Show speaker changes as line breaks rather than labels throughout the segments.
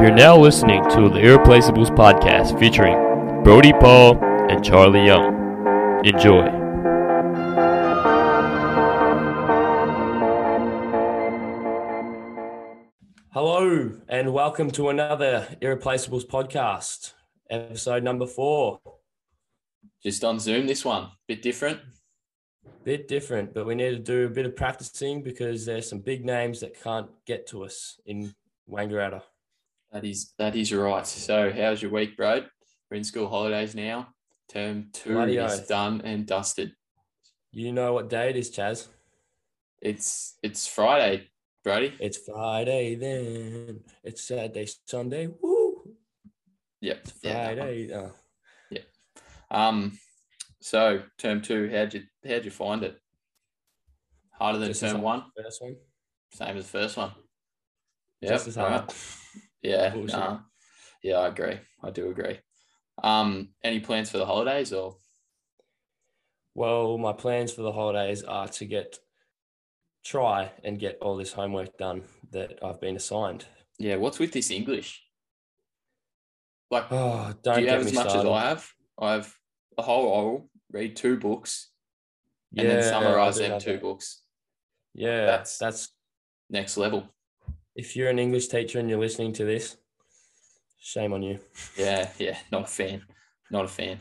You're now listening to the Irreplaceables podcast featuring Brody Paul and Charlie Young. Enjoy.
Hello and welcome to another Irreplaceables podcast, episode number four.
Just on Zoom, this one. Bit different.
Bit different, but we need to do a bit of practicing because there's some big names that can't get to us in Wangaratta.
That is that is right. So how's your week, bro? We're in school holidays now. Term two
Bloody
is
oath.
done and dusted.
You know what day it is, Chaz?
It's it's Friday, Brody.
It's Friday then. It's Saturday, Sunday. Woo!
Yep.
It's
yeah, that one.
Friday. Oh,
Um so term two, how'd you how'd you find it? Harder than
Just as
term
I-
one,
first one.
same as the first one.
Just as hard.
alright. Yeah.
Bullshit.
nah. Yeah, I agree. I do agree. Um, any plans for the holidays or
Well, my plans for the holidays are to get try and get all this homework done that I've been assigned.
yeah, what's with this English? Like
Oh, don't
Do you
get
have
me
as much
started.
as I have? I have a whole oral, read two books, and
I
then summarize
do
them
have
two
that.
books.
Yeah, that's
That's-
that's
Next level.
if you're an English teacher and you're listening to this, shame on you.
Yeah, yeah. Not a fan. Not a fan.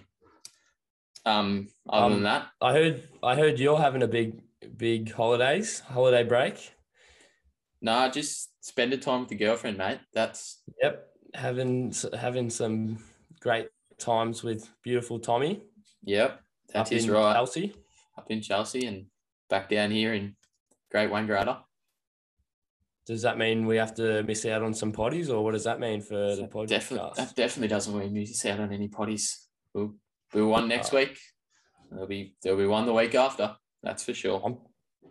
Um, other
Um,
than that,
I heard I heard you're having a big big holidays holiday break.
nah, just spending time with the girlfriend, mate. That's
Yep, having s- having some great times with beautiful Tommy
yep. That
up
is
in
right.
Chelsea.
Up in Chelsea and back down here in Great Wangaratta.
Does that mean we have to miss out on some potties, or what does that mean for the podcast?
Definitely, that definitely doesn't mean you out on any potties. We'll, we'll one next
Oh.
week. There'll be there'll be one the week after. That's for sure.
I'm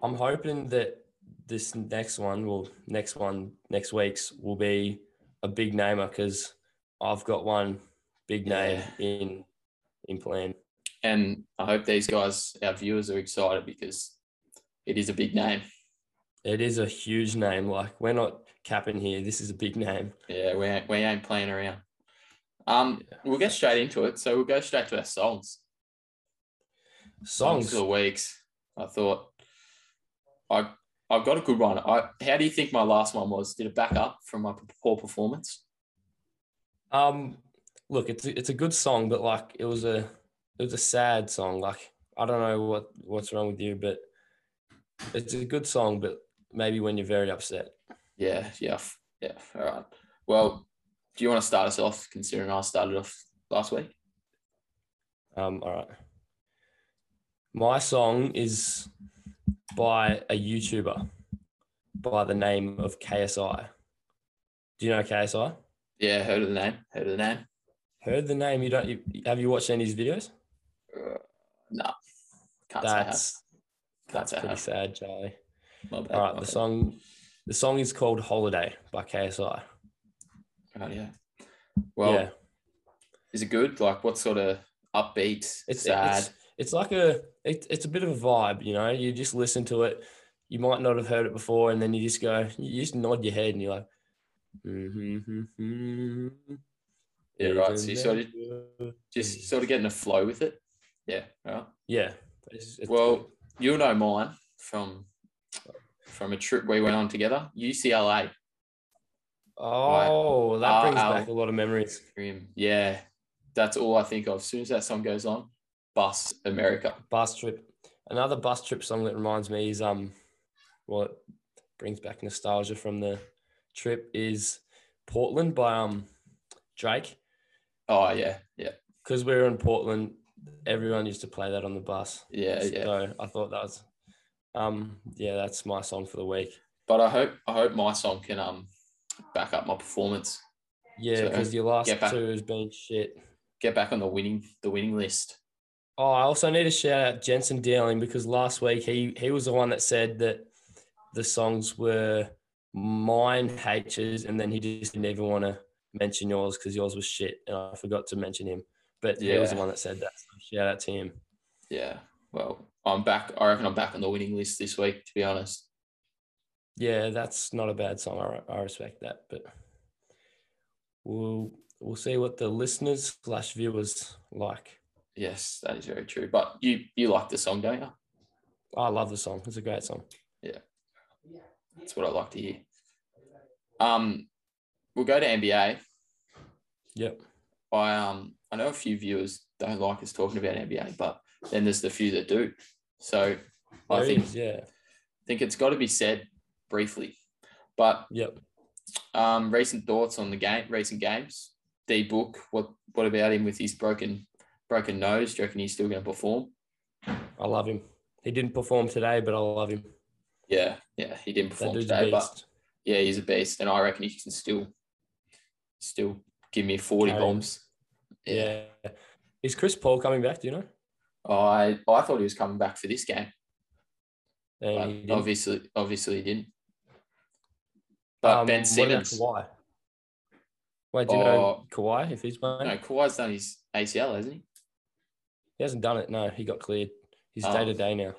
I'm hoping that this next one will next one next week's will be a big namer because I've got one big name
Yeah.
in in plan.
and I hope these guys, our viewers, are excited because it is a big name.
It is a huge name. Like we're not capping here. This is a big name.
Yeah, we ain't, we ain't playing around. Um, we'll get straight into it. So we'll go straight to our songs.
Songs.
of the weeks. I thought I I've got a good one. I how do you think my last one was? Did it back up from my poor performance?
Um, look, it's a, it's a good song, but like it was a it was a sad song. Like I don't know what what's wrong with you, but it's a good song. But maybe when you're very upset.
Yeah, yeah, f- yeah. All right. Well, do you want to start us off? Considering I started off last week.
Um, all right. My song is by a YouTuber by the name of KSI. Do you know KSI?
Yeah, heard of the name. Heard of the name.
Heard the name? You don't? You, have you watched any of his videos?
Uh, no, can't say I have.
That's
Can't
that's
say I
pretty
have.
sad, Charlie.
My bad,
All right,
my
the
bad.
song, the song is called "Holiday" by KSI.
Oh yeah. Well,
yeah,
is it good? Like, what sort of upbeat,
it's
sad?
it's it's like a it, it's a bit of a vibe, you know. You just listen to it. You might not have heard it before, and then you just go, you just nod your head, and you're like, mm-hmm,
yeah, right. So you sort of
Mm.
just sort of getting a flow with it. Yeah. All right.
yeah. It's- it's
Well,
good.
you'll know mine from from a trip we went on together. UCLA.
oh, that brings
I'll-
back a lot of memories.
Grim. Yeah. That's all I think of. As soon as that song goes on, bus America.
Bus trip. Another bus trip song that reminds me is um, well, it brings back nostalgia from the trip is Portland by um Drake.
Oh yeah, yeah,
Because we were in Portland, everyone used to play that on the bus.
yeah, yeah.
So I thought that was, um, yeah, that's my song for the week.
But I hope I hope my song can um back up my performance.
Yeah,
So,
because your last
get back-
two has been shit.
Get back on the winning the winning list.
Oh, I also need to shout out Jensen Dealing because last week he he was the one that said that the songs were mine H's, and then he just didn't even want to mention yours because yours was shit, and I forgot to mention him. But he was the
Yeah.
one that said that. So shout out to him.
Yeah. Well, I'm back. I reckon I'm back on the winning list this week, to be honest.
Yeah, that's not a bad song. I, re- I respect that. But we'll we'll see what the listeners slash viewers like.
Yes, that is very true. But you you like the song, don't you?
I love the song. It's a great song.
That's what I like to hear. Um, we'll go to NBA.
Yep.
I um I know a few viewers don't like us talking about NBA, but then there's the few that do. So I
There
think
is, yeah.
think it's got to be said briefly. But
Yep.
um, recent thoughts on the game, recent games. D book, what what about him with his broken broken nose? Do you reckon he's still going to perform?
I love him. He didn't perform today, but I love him.
Yeah, yeah, he didn't
That
perform
dude's a
today, but
beast.
yeah, he's a beast, and I reckon he can still still give me forty
Carry him.
bombs.
Yeah. Is Chris Paul coming back? Do you know?
I I thought he was coming back for this game.
And
but
he didn't.
obviously, obviously he didn't. But
Um,
Ben
what about
Simmons,
Kawhi? Wait, do you know
Oh.
Kawhi if he's playing?
no, Kawhi's done his ACL, hasn't he?
He hasn't done it. No, he got cleared. He's
Oh.
day to day now.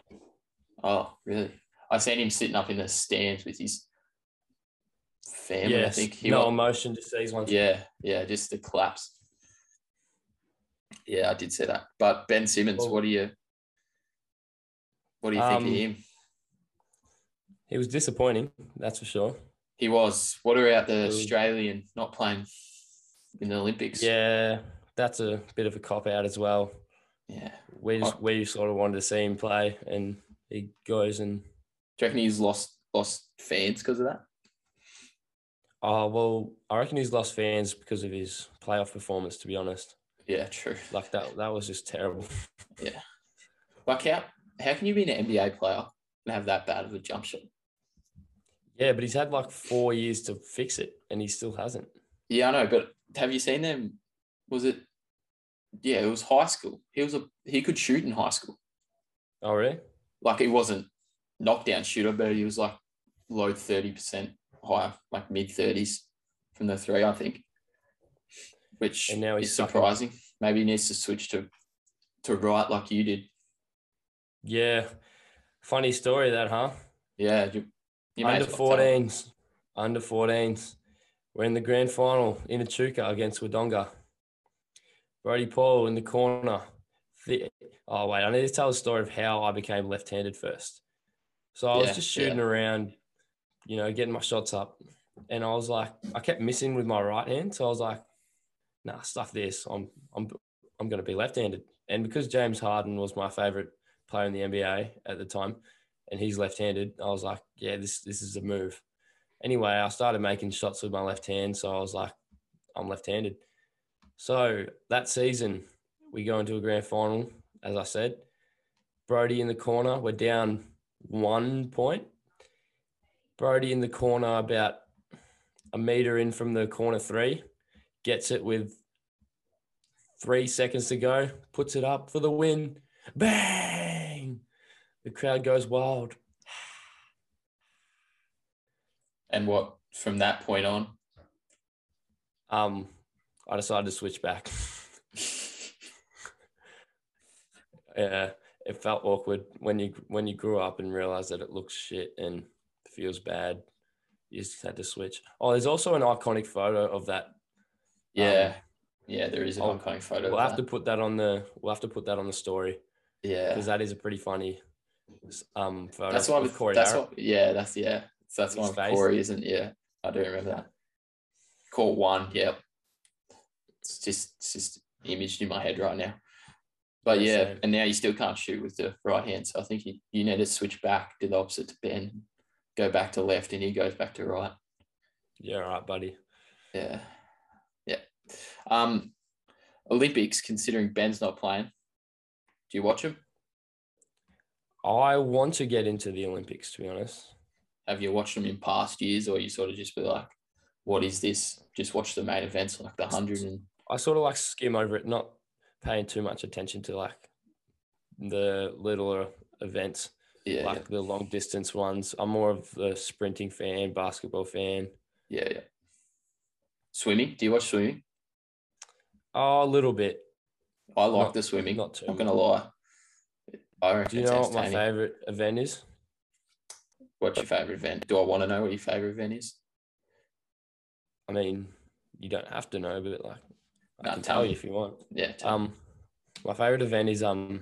Oh, really? I seen him sitting up in the stands with his family. I
Yes.
think he
no
wa-
emotion, just these ones.
yeah, yeah, just the collapse. Yeah, I did say that. But Ben Simmons,
Well-
what do you, what do you think
Um,
of him?
He was disappointing, that's for sure.
He was. What about the
Who-
Australian not playing in the Olympics?
Yeah, that's a bit of a cop out as well.
yeah.
We just we sort of wanted to see him play, and he goes and
Do you reckon he's lost lost fans because of that?
oh well, I reckon he's lost fans because of his playoff performance. To be honest,
Yeah, true.
like that that was just terrible.
Like how how can you be an NBA player and have that bad of a jump shot?
Yeah, but he's had like four years to fix it, and he still hasn't.
Yeah, I know, but have you seen them? Was it? Yeah, it was high school. He was a he could shoot in high school.
Oh really?
Like he wasn't knockdown shooter, but he was like low thirty percent, high like mid thirties from the three, I think. Which
And now he's
is
sucking.
surprising. Maybe he needs to switch to to right like you did.
Yeah, funny story that, huh?
Yeah, you, you may
under
as well tell.
14s, under 14s. We're in the grand final in Echuca against Wodonga. Brody Paul in the corner. The- oh, wait, I need to tell the story of how I became left handed first. So I
Yeah,
was just shooting around, you know, getting my shots up. And I was like, I kept missing with my right hand. So I was like, nah, stuff this. I'm, I'm, I'm going to be left handed. And because James Harden was my favorite player in the NBA at the time, and he's left-handed. I was like, yeah, this this is a move. Anyway, I started making shots with my left hand, so I was like, I'm left-handed. So that season, we go into a grand final, as I said. Brody in the corner, we're down one point. Brody in the corner, about a meter in from the corner three, gets it with three seconds to go, puts it up for the win. Bang! The crowd goes wild.
And what from that point on?
Um, I decided to switch back. yeah, it felt awkward when you when you grew up and realized that it looks shit and feels bad. You just had to switch. Oh, there's also an iconic photo of that.
Yeah, yeah, there is an
I'll-
iconic photo.
We'll
of
have
that.
to put that on the we'll have to put that on the story
Yeah,
because that is a pretty funny um photo.
that's why
with
with
Corey
That's
Harrop.
what, yeah, that's yeah. So that's
His
one
face.
Corey isn't. Yeah, I do remember that. Caught one. Yep. It's just it's just imaged in my head right now. But
Yeah,
yeah,
same.
and now you still can't shoot with the right hand. So I think you, you need to switch back to the opposite to Ben, go back to left, and he goes back to right.
Yeah, all right, buddy.
Yeah. Yeah. Um, Olympics, considering Ben's not playing, do you watch him?
I want to get into the Olympics to be honest.
Have you watched them in past years, or you sort of just be like, what is this? Just watch the main events like the 100 and
I sort of like skim over it, not paying too much attention to like the littler events,
yeah,
like the long distance ones. I'm more of a sprinting fan, basketball fan.
yeah, yeah, yeah. Swimming? Do you watch swimming?
Oh, a little bit,
I like
Not-
the swimming. Not,
not too.
not
much.
gonna lie. I reckon
Do you
it's
know what my
entertaining.
favorite event is?
What's your favorite event? Do I want to know what your favorite event is?
I mean, you don't have to know, but like I
No,
can
tell
tell
me.
you if you want.
Yeah. tell me.
Um, my favorite event is um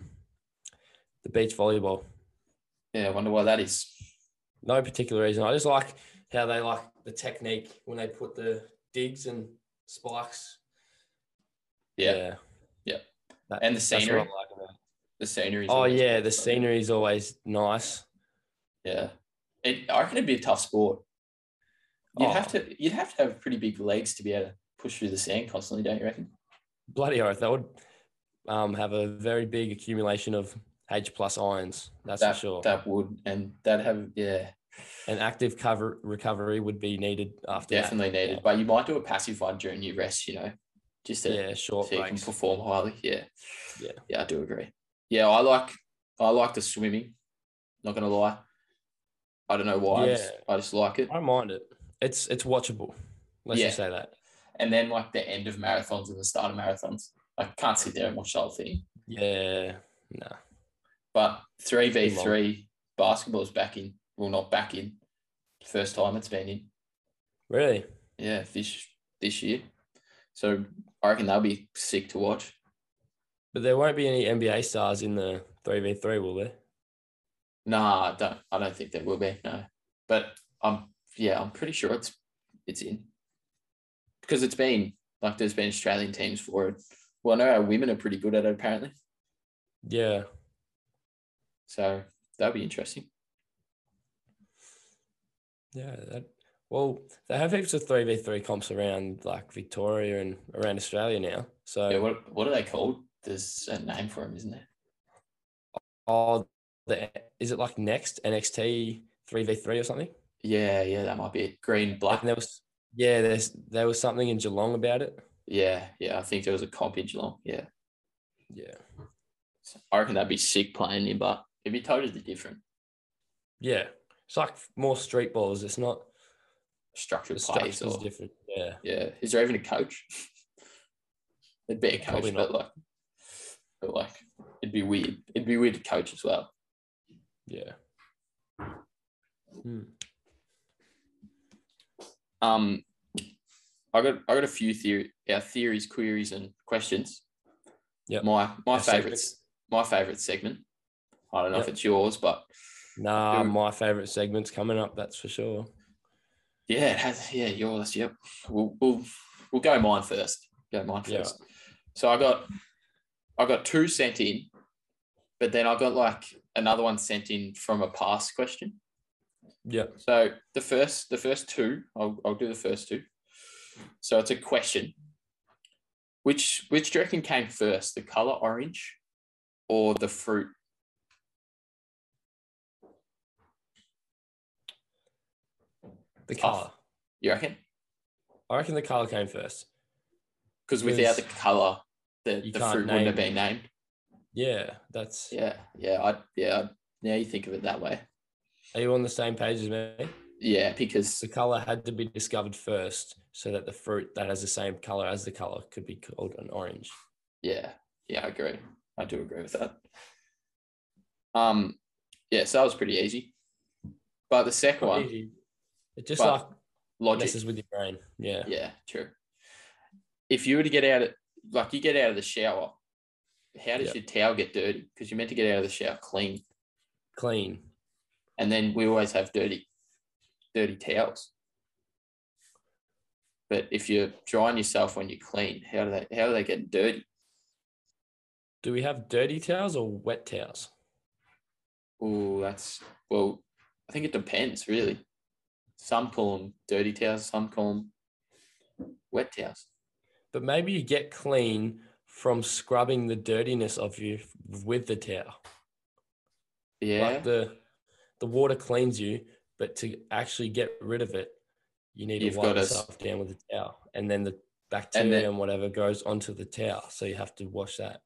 the beach volleyball.
yeah. I wonder why that is.
No particular reason. I just like how they like the technique when they put the digs and spikes.
Yeah. Yeah.
That-
And the
that's what I
scenery.
like about it.
The scenery. is
Oh
always
yeah,
good,
the
so-
scenery is always nice.
Yeah. It, I reckon it'd be a tough sport. You'd have
Oh.
to. You'd have to have pretty big legs to be able to push through the sand constantly, don't you reckon?
Bloody oath, that would um, have a very big accumulation of H plus ions. That's
that
for sure.
that would and that have yeah
and active cover recovery would be needed after that.
definitely needed. But you might do a passive one during your rest, you know, just to,
Yeah, short
so you can
breaks.
perform highly. Yeah.
Yeah.
Yeah, I do agree. Yeah, I like I like the swimming. Not gonna lie. I don't know why. I, just,
Yeah.
I just like it.
I don't mind it. It's it's watchable. Let's
Yeah.
just say that.
And then like the end of marathons and the start of marathons. I can't sit there and watch the whole thing.
Yeah. No.
But three v three basketball's back in. Well, not back in. First time it's been in.
Really?
Yeah, this this year. So I reckon that'll be sick to watch.
But there won't be any NBA stars in the three v three, will there?
Nah, I don't. I don't think there will be. No, but I'm. Yeah, I'm pretty sure it's it's in because it's been like there's been Australian teams for it. Well, no, our women are pretty good at it apparently.
Yeah.
So that'll be interesting.
Yeah. That, well, they have heaps of three v three comps around like Victoria and around Australia now. So
Yeah, what what are they called? There's a name for them, isn't there?
oh, the, is it like next NXT three v three or something?
Yeah, yeah, that might be it. Green, black.
And there was yeah, there's there was something in Geelong about it.
Yeah, yeah. I think there was a comp in Geelong. Yeah,
Yeah.
So I reckon that'd be sick playing in, but it'd be totally different
Yeah. It's like more street balls. It's not
structured
the
plays.
structure's
Or,
different. Yeah.
Yeah. Is there even a coach? It'd be a coach,
Probably
but like, but like, it'd be weird. It'd be weird to coach as well.
Yeah.
Um, I got I got a few theory, our theories, queries, and questions.
Yep.
My my
Our segment.
favorites. My favorite segment. I don't know
Yep.
if it's yours, but
Nah,
Who-
my favorite segment's coming up, that's for sure.
yeah, it has. Yeah, yours. Yep. We'll we'll, we'll go mine first. Go mine
Yeah.
first. So I got I got two sent in, but then I got like another one sent in from a past question.
Yeah.
So the first, the first two, I'll, I'll do the first two. So it's a question. Which which do you reckon came first, the color orange, or the fruit?
The
Tough.
color.
You reckon?
I reckon the color came first.
Because without
Because
the color, the,
you
the
can't
fruit wouldn't have
name-
been named.
Yeah, that's.
Yeah, yeah, I yeah. I, now you think of it that way.
Are you on the same page as me?
Yeah, because
The color had to be discovered first, so that the fruit that has the same color as the color could be called an orange.
yeah, yeah, I agree. I do agree with that. Um, yeah, so that was pretty easy. But the
Quite
second one,
easy. It just
But
like
logic.
messes with your brain. Yeah.
Yeah, true. If you were to get out of like you get out of the shower, how does
Yep.
your towel get dirty? Because you're meant to get out of the shower clean.
Clean.
And then we always have dirty, dirty towels. But if you're drying yourself when you're clean, how do they how do they get dirty?
Do we have dirty towels or wet towels?
Oh, that's well, I think it depends really. Some call them dirty towels, some call them wet towels.
But maybe you get clean from scrubbing the dirtiness of you with the towel.
Yeah.
Like the the water cleans you, but to actually get rid of it, you need
You've
to wipe
gotta s-
yourself down with a towel. And then the bacteria and, whatever goes onto the towel. So you have to wash that.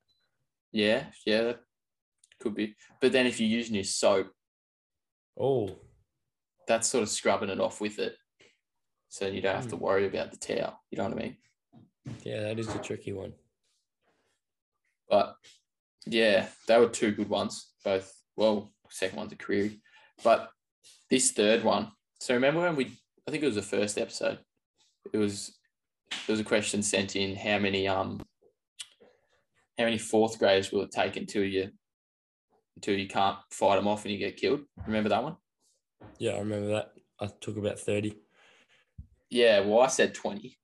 yeah, yeah, that could be. But then if you're using your soap,
Oh,
that's sort of scrubbing it off with it. So you don't have to worry about the towel. You know what I mean?
yeah, that is a tricky one.
But yeah, they were two good ones. Both well, second one's a query. But this third one. So remember when we I think it was the first episode. It was there was a question sent in how many um how many fourth graders will it take until you until you can't fight them off and you get killed? Remember that one?
Yeah, I remember that. I took about 30.
Yeah, well, I said 20.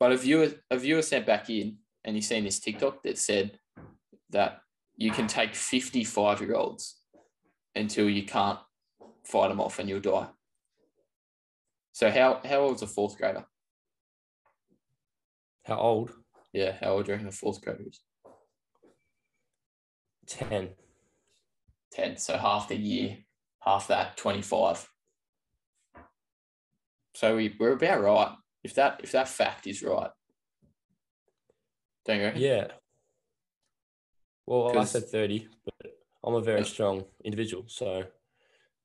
But a viewer, a viewer sent back in, and you've seen this TikTok that said that you can take 55 year olds until you can't fight them off and you'll die. So, how, how old is a fourth grader?
How old?
Yeah, how old do you reckon a fourth grader is?
10.
10. So, half the year, half that, 25. So, we, we're about right. If that if that fact is right, don't you reckon?
Yeah. Well, I
'Cause-
said 30, but I'm a very strong individual. So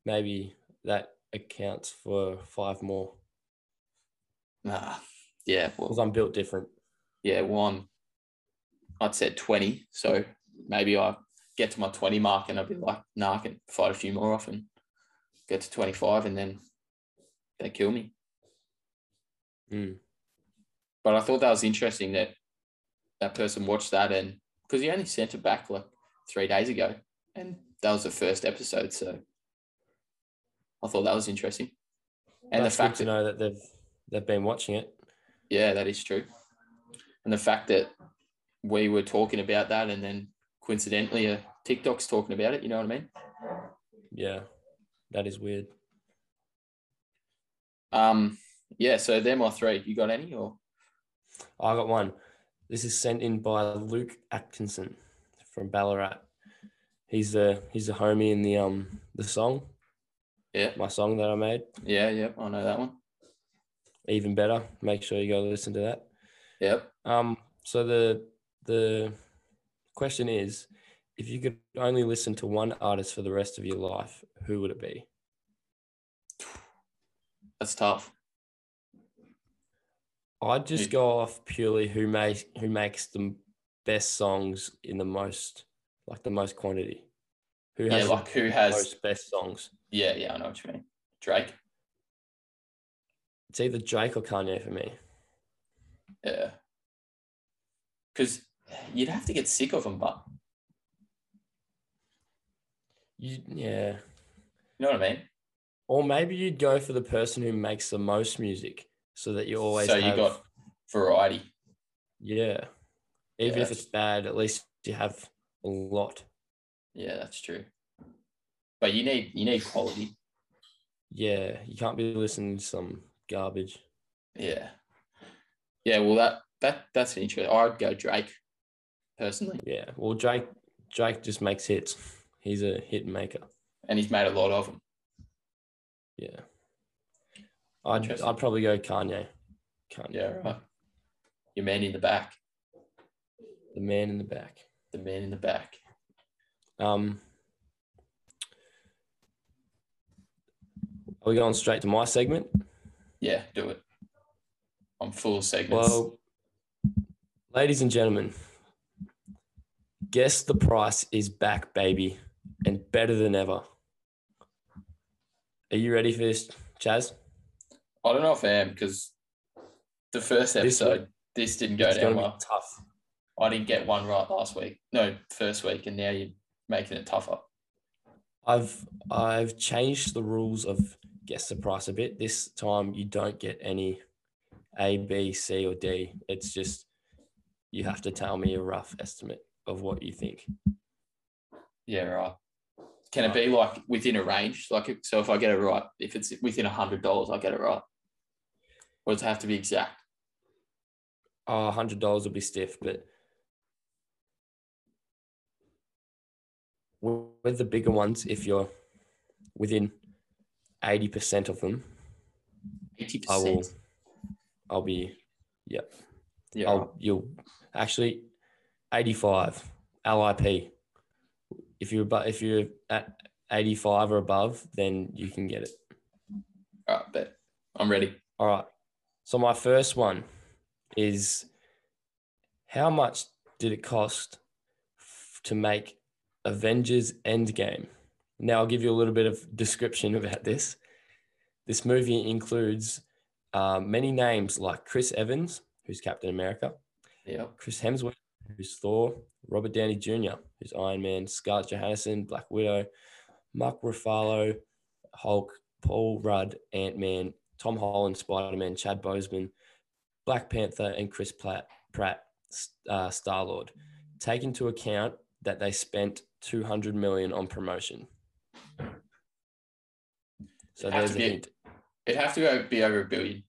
maybe that accounts for five more
Nah. Yeah. Well,
because I'm built different.
yeah, one. I'd said 20. So maybe I get to my 20 mark and I'd be like, nah, I can fight a few more often. Get to 25 and then they kill me.
Mm.
But I thought that was interesting that that person watched that and because he only sent it back like three days ago and that was the first episode. So I thought that was interesting. And
That's
the
good
fact
to
that,
know that they've they've been watching it.
yeah, that is true. And the fact that we were talking about that and then coincidentally a TikTok's talking about it, you know what I mean?
Yeah, that is weird.
Um, yeah, so they're my three. You got any or
I got one. This is sent in by Luke Atkinson from Ballarat. He's the he's the homie in the um the song,
yeah,
my song that I made.
yeah, yeah, I know that one.
Even better. Make sure you go listen to that.
Yep.
Um, so the the question is, if you could only listen to one artist for the rest of your life, who would it be?
That's tough.
I'd just
Hmm.
go off purely who makes who makes the best songs in the most like the most quantity. Who
Yeah,
has the
like who has
most best songs?
yeah, yeah, I know what you mean. Drake.
It's either Drake or Kanye for me.
Yeah. Because you'd have to get sick of them, but
You, yeah.
you know what I mean?
Or maybe you'd go for the person who makes the most music so that you always
so you
have-
got variety.
yeah. Even
Yeah.
if it's bad, at least you have a lot.
Yeah, that's true. But you need you need quality.
Yeah, you can't be listening to some garbage.
Yeah. Yeah, well that that that's an interesting. I'd go Drake personally.
Yeah. Well, Drake Drake just makes hits. He's a hit maker.
And he's made a lot of them.
Yeah. I'd
Interesting.
I'd probably go Kanye. Kanye.
Yeah, right. Your man in the back.
The man in the back.
The man in the back.
Um Are we going straight to my segment?
Yeah, do it. I'm full of segments.
Well, ladies and gentlemen, guess the price is back, baby, and better than ever. Are you ready for this, Chaz?
I don't know if I am because the first
This one-
episode, this, didn't go
it's gonna
down
be
well.
tough.
I didn't get one right last week. No, first week, and now you're making it tougher.
I've I've changed the rules of guess the price a bit. This time you don't get any A, B, C, or D. It's just you have to tell me a rough estimate of what you think.
Yeah, right. Can it be like within a range? Like, if- so if I get it right, if it's within a hundred dollars, I get it right. Or does it have to be exact?
Oh, hundred dollars will be stiff, but w- with the bigger ones, if you're within eighty percent of them,
Eighty
I will.
percent.
I'll be. Yeah.
Yeah, right.
I'll, you'll actually eighty-five LIP. If you're but if you're at eighty-five or above, then you can get it.
all right, bet. I'm ready.
All right. So my first one is how much did it cost f- to make Avengers Endgame? Now I'll give you a little bit of description about this. This movie includes uh, many names like Chris Evans, who's Captain America,
Yeah.
Chris Hemsworth, who's Thor, Robert Downey Jr., who's Iron Man, Scarlett Johansson, Black Widow, Mark Ruffalo, Hulk, Paul Rudd, Ant Man, Tom Holland, Spider Man, Chad Boseman, Black Panther, and Chris Platt, Pratt, uh, Star Lord. Take into account that they spent 200 million on promotion. So
It
there's
has to
a
be-
hint.
It'd have to go- be over a billion.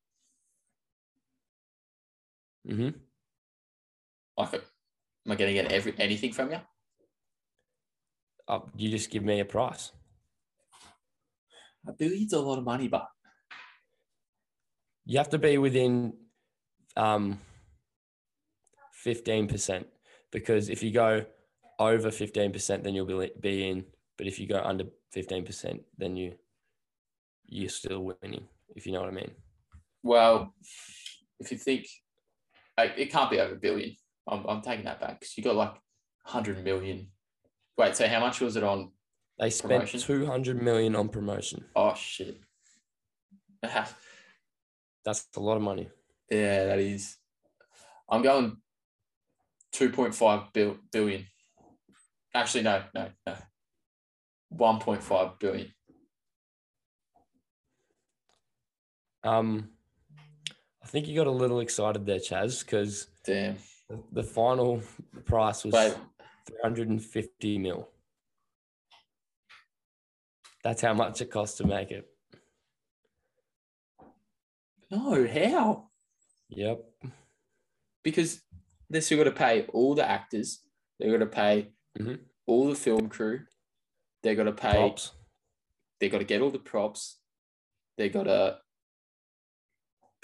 hmm
Like, am I going to get every anything from you?
Oh, you just give me a price.
A billion's a lot of money, but
You have to be within um, 15% because if you go over 15%, then you'll be, be in. But if you go under 15%, then you, you're still winning, if you know what I mean.
well, if you think like, it can't be over a billion, I'm, I'm taking that back because you got like 100 million. Wait, so how much was it on?
They spent
Promotion?
200 million on promotion.
Oh, shit. Ah,
That's a lot of money.
yeah, that is. I'm going 2.5 bil- billion. Actually, no, no, no. 1.5 billion.
Um, I think you got a little excited there, Chaz, because
Damn.
the final price was
Wait,
350 mil. That's how much it costs to make it.
no, how?
Yep.
because they still got to pay all the actors, they got to pay
Mhm.
all the film crew, they got to pay,
Props.
they got to get all the props, they got to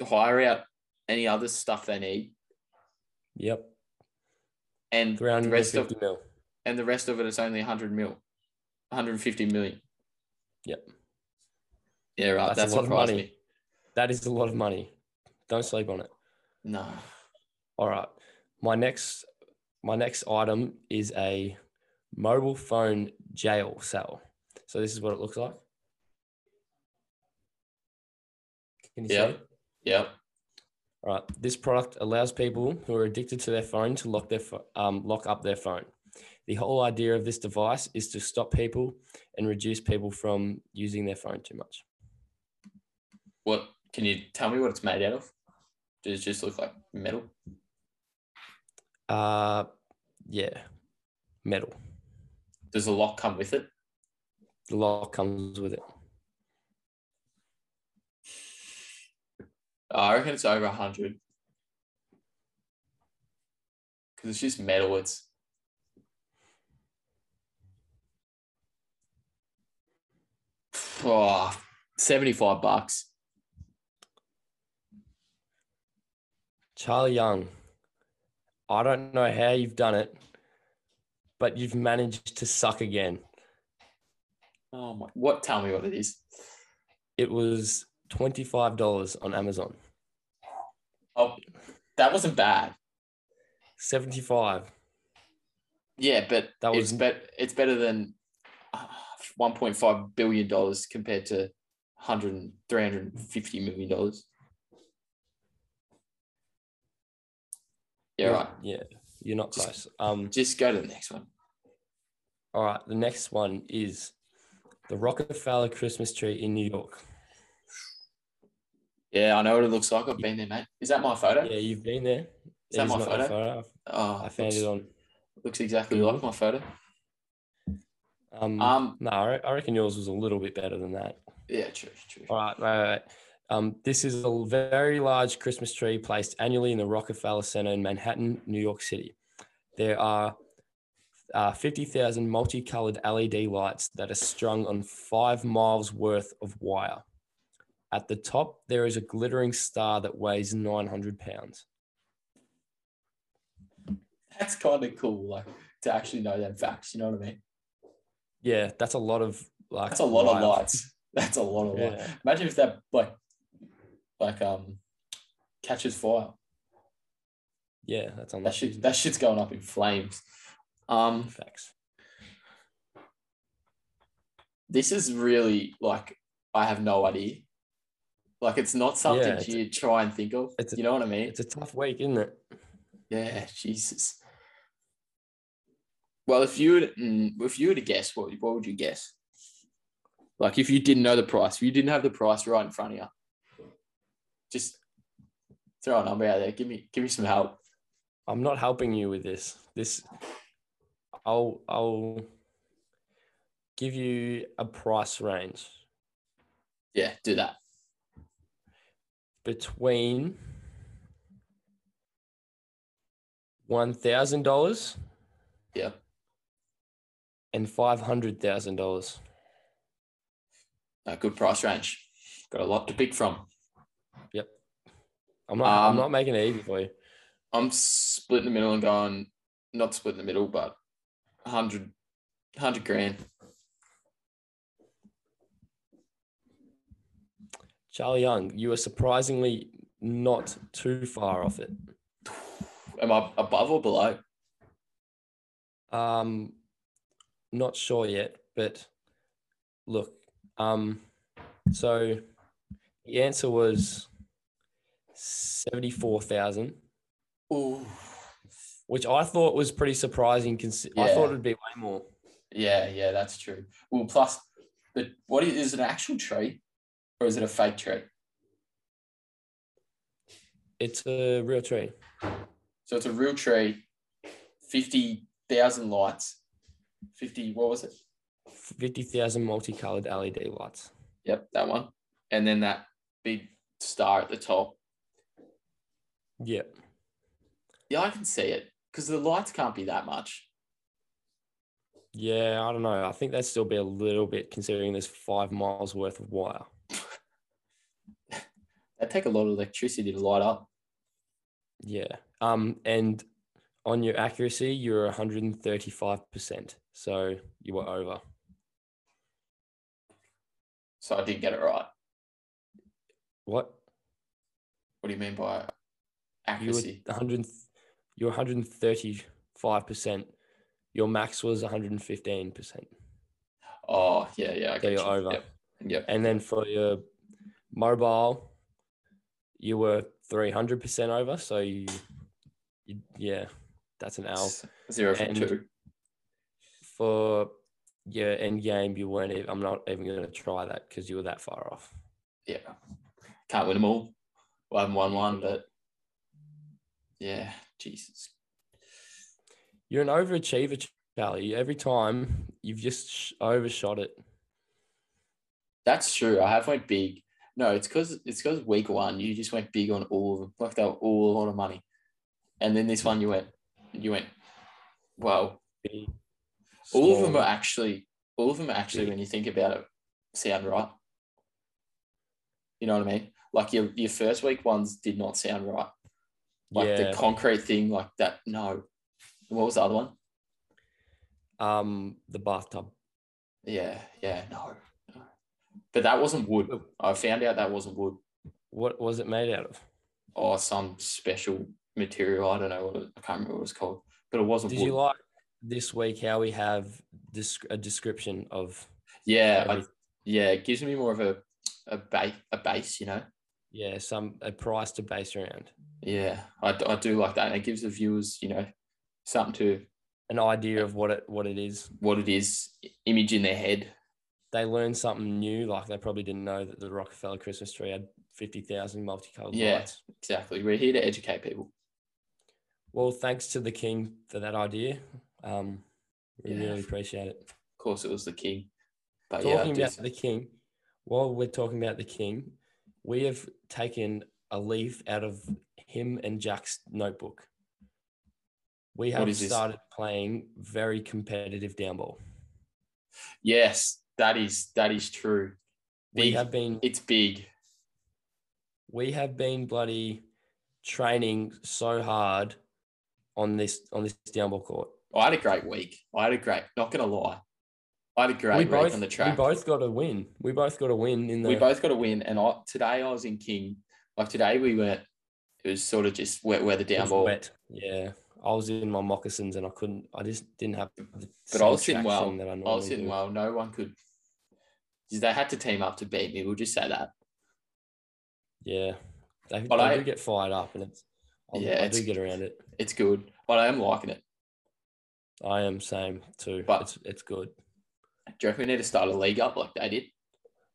hire out any other stuff they need,
Yep.
and the rest
350
of
mil.
and the rest of it is only 100 mil, 150 million.
Yep.
Yeah, right.
That's a
That's,
lot
what
of
surprised
money.
me.
That is a lot of money. Don't sleep on it.
No.
All right. My next my next item is a mobile phone jail cell. So this is what it looks like. Can you
Yeah.
see? it?
Yep.
All right. This product allows people who are addicted to their phone to lock their pho- um, lock up their phone. The whole idea of this device is to stop people and reduce people from using their phone too much.
What can you tell me what it's made out of? Does it just look like metal?
Uh, yeah, metal.
Does the lock come with it?
The lock comes with it.
I reckon it's over 100. Because it's just metal. It's oh, 75 bucks.
Charlie Young, I don't know how you've done it, but you've managed to suck again.
Oh my. What? Tell me what it is.
It was $25 on Amazon,
Oh, that wasn't bad.
75
Yeah, but
That
it's,
was-
bet it's better than uh, $1.5 billion compared to 100, and $350 million. Yeah, right.
Yeah, you're not
Just-
close. Um,
Just go to the next one.
all right, the next one is the Rockefeller Christmas tree in New York.
Yeah, I know what it looks like. I've been there, mate. Is that my photo?
Yeah, you've been there.
Is that
It
my
not my
photo?
photo.
Oh,
I found
looks,
it on.
looks exactly
Google. Mm-hmm.
like my photo.
Um,
Um,
no, I re- I reckon yours was a little bit better than that.
yeah, true, true.
All right, right, right. Um, this is a very large Christmas tree placed annually in the Rockefeller Center in Manhattan, New York City. There are uh, 50,000 multicolored LED lights that are strung on five miles worth of wire. At the top, there is a glittering star that weighs 900 pounds.
That's kind of cool, like to actually know them facts. You know what I mean?
Yeah, that's a lot of like.
That's a lot of
wire.
lights. That's a lot of lights.
Yeah.
Imagine if that like, like um, catches fire.
yeah, that's
That
unlucky.
shit, that shit's going up in flames. Um,
Facts.
this is really like I have no idea. Like it's not something
Yeah, it's a-
you try and think of.
it's a-
you know what I mean?
It's a tough week, isn't it?
Yeah, Jesus. Well, if you were- mm, if you were to guess, what what would you guess? Like if you didn't know the price, if you didn't have the price right in front of you, just throw a number out there. Give me give me some help.
I'm not helping you with this. This, I'll I'll give you a price range
Yeah, do that.
between one thousand dollars
Yeah,
and five hundred thousand dollars.
a good price range. Got a lot to pick from.
I'm not
Um,
I'm not making it easy for you.
I'm split in the middle and going not split in the middle, but 100, 100 grand.
Charlie Young, you are surprisingly not too far off it.
Am I above or below?
Um, not sure yet, but look, um, so the answer was seventy-four thousand,
Ooh.
which I thought was pretty surprising. Cons- I
Yeah.
thought it'd be way more.
Yeah, yeah, that's true. Well, plus, but what is, is it an actual tree or is it a fake tree?
It's a real tree.
So it's a real tree, 50,000 lights, 50, what was it?
Fifty thousand multicolored LED lights.
Yep, that one. And then that big star at the top.
Yeah,
Yeah, I can see it because the lights can't be that much.
yeah. I don't know. I think that'd still be a little bit considering there's five miles worth of wire.
They take a lot of electricity to light up.
Yeah. Um, and on your accuracy, you're 135%. So you were over.
So I did get it right.
What?
What do you mean by
You were
accuracy?
100, you're 135%. Your max was 115%.
Oh, yeah, yeah. I
So you're
got you.
over.
Yep. yep.
And then for your mobile, you were 300% over. So you, you yeah, that's an L.
Zero from
And-
two.
For your end game, you weren't, e- I'm not even going to try that because you were that far off.
Yeah. Can't win them all. Well, I haven't won one, but yeah, Jesus.
You're an overachiever, Charlie. Every time you've just sh- overshot it.
That's true. I have went big. No, it's because it's because week one you just went big on all of them. Like they were all a lot of money, and then this one you went, you went. Well,
Big,
all of them
small.
are actually, all of them are actually, when you think about it, sound right. You know what I mean? Like your your first week ones did not sound right. Like
yeah.
the concrete thing, like that. No, what was the other one?
um, the bathtub.
Yeah, yeah, no. no. But that wasn't wood.
Oh.
I found out that wasn't wood
What was it made out of?
or some special material. I don't know what it, I can't remember what it's called, but it wasn't
Did
wood.
you like this week how we have desc- a description of?
yeah, I,
every-
yeah, it gives me more of a a base, a base, you know.
yeah, some a price to base around,
Yeah, I, d- I do like that. And it gives the viewers, you know, something to
an idea of what it what it is.
what it is, image in their head.
They learn something new, like they probably didn't know that the Rockefeller Christmas tree had fifty thousand multicolored
Yeah.
lights.
Exactly. We're here to educate people.
Well, thanks to the king for that idea. Um, we
Yeah.
really appreciate it.
Of course, it was the king. But Uh, yeah, I
talking
do
about
s-
the king, while we're talking about the king, we have taken a leaf out of him and Jack's notebook. We
What
have
is this?
started playing very competitive downball.
yes, that is that is true.
We
Big.
have been
It's big.
we have been bloody training so hard on this on this downball court.
I had a great week. I had a great, not gonna lie. I had a great
we
week
both
on the
we
track.
both got a win. We both got a win in the
We both got a win. And I today I was in King. Like today we weren't, it was sort of just wet weather
it
down
was
ball.
wet. Yeah. I was in my moccasins and I couldn't I just didn't have the
But I
same
was sitting
traction
well.
that I
I
normally
was sitting
do.
well. No one could they had to team up to beat me. We'll just say that.
Yeah, they,
But
they
I-
do get fired up, and it's I,
Yeah,
I
it's-
do get around it.
It's good, but I am liking it.
I am same too.
But-
it's it's good.
Do you reckon we need to start a league up like they did?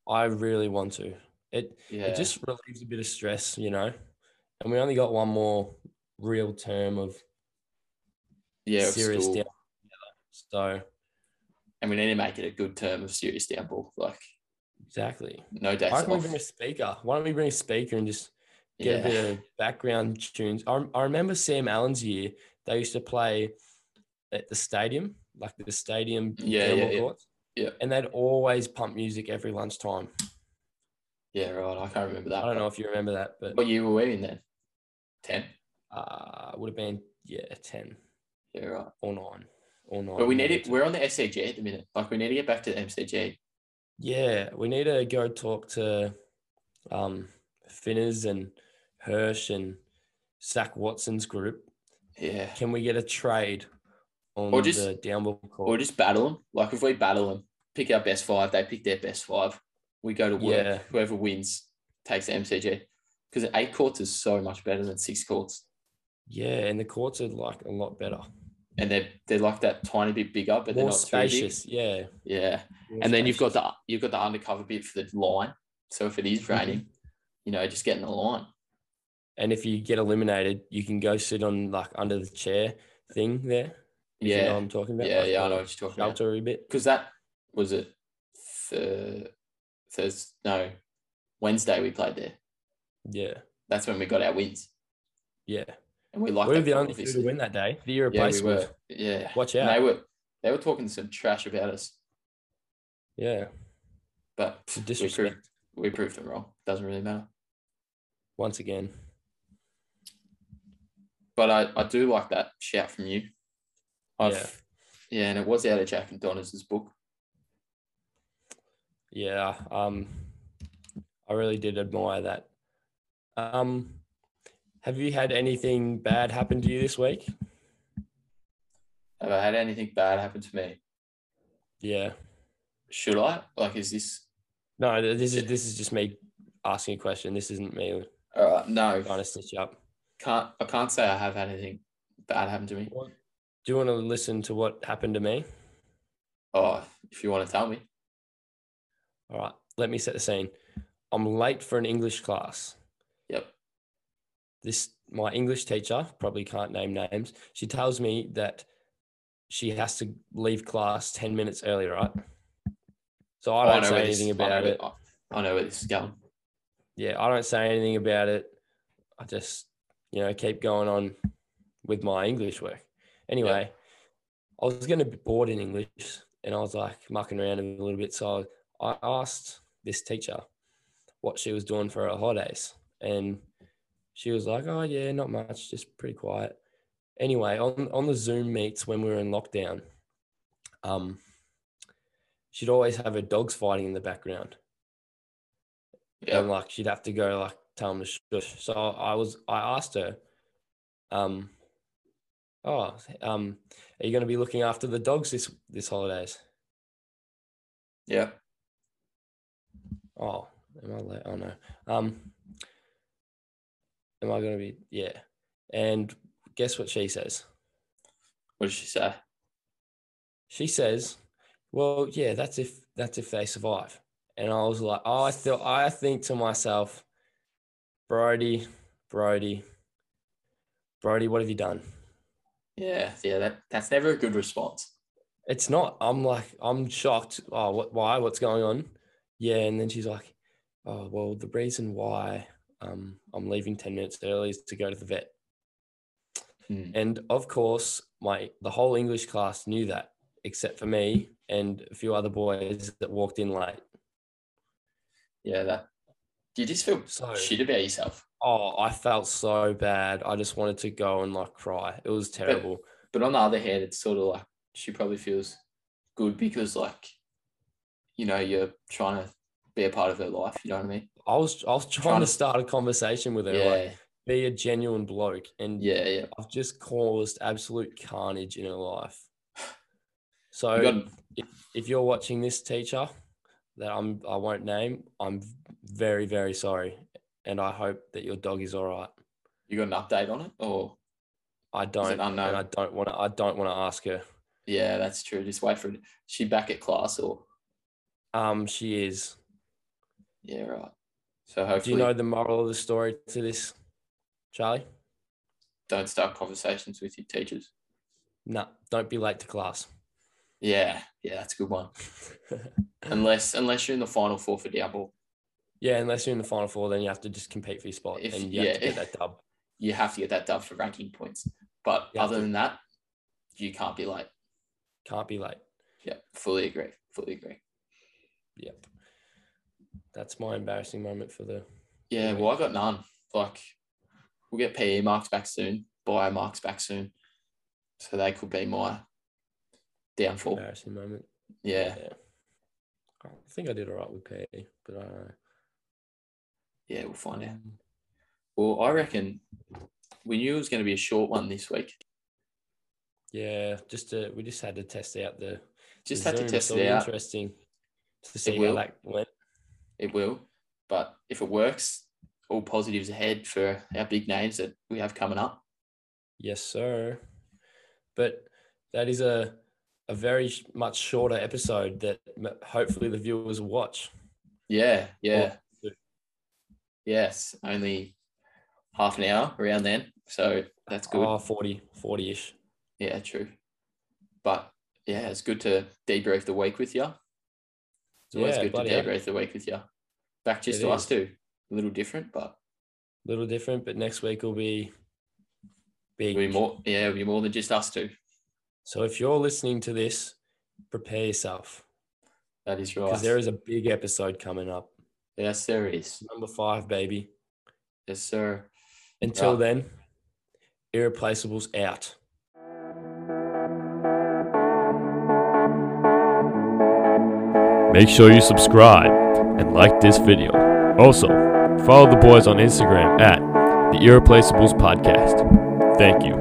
I really want to. It
Yeah.
it just relieves a bit of stress, you know. And we only got one more real term of
yeah, of
serious
school.
down. So
and we need to make it a good term of serious downfall. Like
exactly.
no days
Why don't we
off.
bring a speaker? Why don't we bring a speaker and just get
Yeah.
a bit of background tunes. I, I remember Sam Allen's year, they used to play at the stadium, like the stadium
Yeah,
football
yeah, yeah.
courts.
Yeah.
And they'd always pump music every lunchtime.
yeah, right. I can't remember that.
I don't know if you remember that, but
What year were we in then? Ten.
uh, would have been, yeah, 10
Yeah, right.
or 9 or 9.
But we need
maybe
it.
10.
We're on the SCG at the minute. Like we need to get back to the MCG.
Yeah, we need to go talk to um, Finners and Hirsch and Zach Watson's group.
Yeah.
Can we get a trade on
Or just-
the downball court?
Or just battle them. Like if we battle them, pick our best five. They pick their best five. We go to work.
Yeah.
Whoever wins takes the MCG. Because eight courts is so much better than six courts,
Yeah, and the courts are like a lot better,
and they're they're like that tiny bit bigger, but they're
more
not
spacious. Yeah,
Too big. Yeah. and then you've got the you've got the undercover bit for the line. So if it is
Mm-hmm.
raining, you know, just get in the line.
and if you get eliminated, you can go sit on like under the chair thing there. if you know what
Yeah,
I'm talking about.
yeah,
like
yeah. I
the
know what you're talking about.
sheltery bit.
Because that was it. Th- Thursday, no, Wednesday we played there.
Yeah,
That's when we got our wins,
yeah.
and we liked
we were
that
the
call,
only two
obviously.
to win that day. The
Yeah, we
irreplaceable.
were. Yeah,
Watch
and they
out.
were they were talking some trash about us,
Yeah,
but
it's a
we proved
disrespect
we proved them wrong. Doesn't really matter.
once again.
But I, I do like that shout from you. I've, yeah, and it was out of Jack and Donners' book.
Yeah, um, I really did admire that. Um, have you had anything bad happen to you this week?
Have I had anything bad happen to me?
Yeah.
Should I? Like, is this
No, th- this is this is just me asking a question. This isn't me
all right? No,
trying to stitch you up.
can't. I can't say I have had anything bad happen to me.
Do you want to listen to what happened to me?
Oh, if you want to tell me,
All right, let me set the scene. I'm late for an English class.
yep.
This my English teacher probably can't name names. She tells me that she has to leave class ten minutes early, right? So I don't
know
say
where this-
anything
Oh, I
about
know,
it.
where- I know where this is going.
Yeah, I don't say anything about it. I just, you know, keep going on with my English work. Anyway, I was going to be bored in English and I was like mucking around a little bit. So I asked this teacher what she was doing for her holidays. And she was like, oh, yeah, not much, just pretty quiet. Anyway, on, on the Zoom meets when we were in lockdown, um, she'd always have her dogs fighting in the background
Yeah,
and like she'd have to go like tell them to shush. So I was I asked her, um, oh, um, are you going to be looking after the dogs this this holidays?
yeah.
Oh, am I late? Oh no. Um, am I going to be? Yeah. And guess what she says?
What did she say?
She says, well, yeah, that's if that's if they survive. And I was like, oh, I thought I think to myself, Brody, Brody, Brody, what have you done?
Yeah, yeah. That that's never a good response.
It's not. I'm like, I'm shocked. Oh, what, why? What's going on? Yeah. And then she's like, oh, well, the reason why um, I'm leaving 10 minutes early is to go to the vet.
Hmm.
And of course, my the whole English class knew that, except for me and a few other boys that walked in late.
Yeah, that. You just feel
So,
shit about yourself.
oh, I felt so bad. I just wanted to go and like cry. It was terrible.
But on the other hand, it's sort of like she probably feels good because, like, you know, you're trying to be a part of her life. You know what I mean?
I was I was trying,
Trying
to
to-
start a conversation with her, like
Yeah,
be a genuine bloke, and
yeah, yeah.
I've just caused absolute carnage in her life. So
You got
if you're watching this teacher that I'm I won't name, I'm very very sorry. and I hope that your dog is all right.
You got an update on it, or
I don't, and
unknown?
I don't want to. I don't want to ask her.
yeah, that's true. Just wait for it. She back at class, or
Um, she is.
yeah, right. So hopefully,
Do you know the moral of the story to this, Charlie?
don't start conversations with your teachers.
No, don't be late to class.
Yeah, yeah, that's a good one. Unless unless you're in the final four for Diablo,
yeah, unless you're in the final four, then you have to just compete for your spot
If-
and you have to
yeah.
get that dub.
you have to get that dub for ranking points. But
You have
other
to.
than that, you can't be late.
Can't be late.
Yeah, fully agree. Fully agree.
Yep. That's my embarrassing moment for the.
Yeah,
Yeah.
well, I got none. Like, we'll get PE marks back soon, bio marks back soon. So they could be my downfall.
Embarrassing moment.
Yeah,
I think I did all right with PE, but uh, I don't know.
yeah, we'll find out.
Um,
Well, I reckon we knew it was going to be a short one this week.
Yeah, just to, we just had to test out the.
Just
the
had to
Zoom,
test
so
it
it'll be
out.
Interesting to see how
will.
that went.
It will. But if it works, all positives ahead for our big names that we have coming up.
Yes, sir. But that is a a very sh- much shorter episode that m- hopefully the viewers will watch.
Yeah, yeah.
Well-
Yes, only half an hour around then. So that's good.
Oh, 40, 40-ish.
Yeah, true. But yeah, it's good to debrief the week with you. It's always
Yeah,
good to
bloody hell.
debrief the week with you. Back just
It
to
is.
us too. A little different, but
little different, but next week will be big.
it'll be more yeah, it'll be more than just us two.
So if you're listening to this, prepare yourself
That is right.
because there is a big episode coming up.
yes, there is.
Number five, baby.
Yes, sir.
Until
Right.
then, irreplaceables out.
Make sure you subscribe and like this video. Also, follow the boys on Instagram at the Irreplaceables Podcast. Thank you.